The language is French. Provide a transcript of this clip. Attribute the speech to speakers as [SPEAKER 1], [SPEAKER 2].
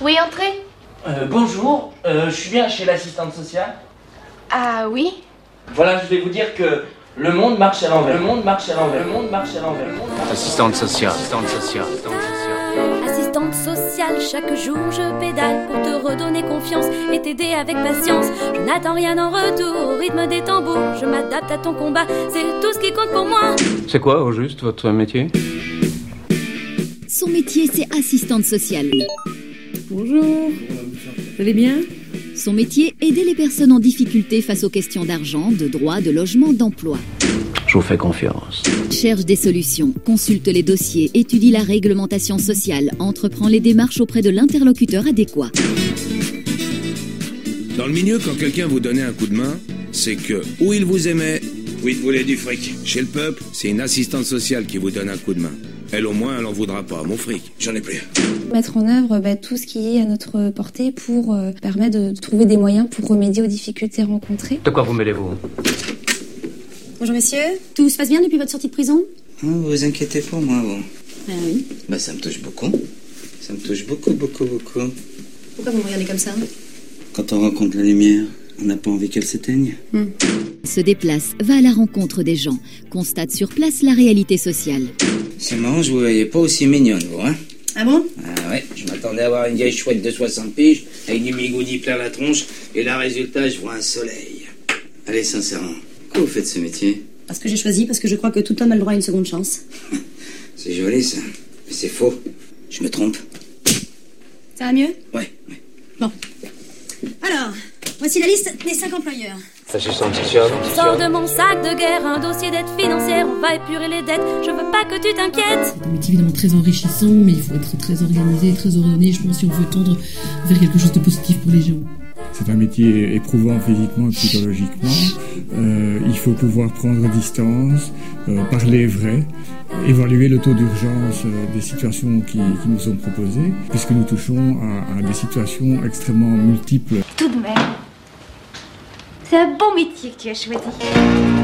[SPEAKER 1] Oui, entrez.
[SPEAKER 2] Euh, bonjour, euh, je suis bien chez l'assistante sociale.
[SPEAKER 1] Ah oui
[SPEAKER 2] Voilà, je vais vous dire que le monde marche à l'envers. Le monde marche à l'envers. Le monde marche à l'envers. Le monde marche-
[SPEAKER 3] Assistante sociale, assistante sociale, assistante sociale.
[SPEAKER 4] Assistante sociale, chaque jour je pédale pour te redonner confiance et t'aider avec patience. Je n'attends rien en retour, au rythme des tambours, je m'adapte à ton combat, c'est tout ce qui compte pour moi.
[SPEAKER 3] C'est quoi au juste votre métier
[SPEAKER 5] Son métier, c'est assistante sociale.
[SPEAKER 6] Bonjour. Vous allez bien
[SPEAKER 5] Son métier, aider les personnes en difficulté face aux questions d'argent, de droit, de logement, d'emploi.
[SPEAKER 3] Je vous fais confiance.
[SPEAKER 5] Cherche des solutions, consulte les dossiers, étudie la réglementation sociale, entreprend les démarches auprès de l'interlocuteur adéquat.
[SPEAKER 7] Dans le milieu, quand quelqu'un vous donnait un coup de main, c'est que ou il vous aimait, ou il voulait du fric. Chez le peuple, c'est une assistante sociale qui vous donne un coup de main. Elle au moins, elle en voudra pas. Mon fric, j'en ai plus.
[SPEAKER 8] mettre en œuvre bah, tout ce qui est à notre portée pour euh, permettre de trouver des moyens pour remédier aux difficultés rencontrées.
[SPEAKER 3] De quoi vous mêlez-vous
[SPEAKER 8] Bonjour messieurs.
[SPEAKER 4] Tout se passe bien depuis votre sortie de prison
[SPEAKER 9] Vous Ah, vous inquiétez pas, moi, bon.
[SPEAKER 4] Ah oui.
[SPEAKER 9] Bah, ça me touche beaucoup. Ça me touche beaucoup, beaucoup, beaucoup.
[SPEAKER 4] Pourquoi vous me regardez comme ça hein
[SPEAKER 9] Quand on rencontre la lumière, on n'a pas envie qu'elle s'éteigne.
[SPEAKER 5] Se déplace, va à la rencontre des gens, constate sur place la réalité sociale.
[SPEAKER 9] C'est marrant, je vous voyais pas aussi mignonne, vous, hein
[SPEAKER 4] Ah bon
[SPEAKER 9] Ah ouais, je m'attendais à avoir une vieille chouette de 60 piges, avec du bigoudi plein la tronche, et là, résultat, je vois un soleil. Allez, sincèrement, pourquoi vous faites ce métier
[SPEAKER 4] Parce que j'ai choisi, parce que je crois que tout homme a le droit à une seconde chance.
[SPEAKER 9] C'est joli, ça. Mais c'est faux. Je me trompe.
[SPEAKER 4] Ça va mieux
[SPEAKER 9] Ouais, ouais.
[SPEAKER 4] Alors, voici la liste des 5 employeurs.
[SPEAKER 3] Assistante sociale.
[SPEAKER 4] Sors de mon sac de guerre, un dossier d'aide financière, on va épurer les dettes, je veux pas que tu t'inquiètes.
[SPEAKER 6] C'est un métier évidemment très enrichissant, mais il faut être très organisé, très ordonné, je pense, si on veut tendre vers quelque chose de positif pour les gens.
[SPEAKER 10] C'est un métier éprouvant physiquement et psychologiquement. Euh, il faut pouvoir prendre distance, euh, parler vrai, évaluer le taux d'urgence euh, des situations qui, qui nous sont proposées, puisque nous touchons à- à des situations extrêmement multiples.
[SPEAKER 1] Tout de même. C'est un bon métier que tu as choisi.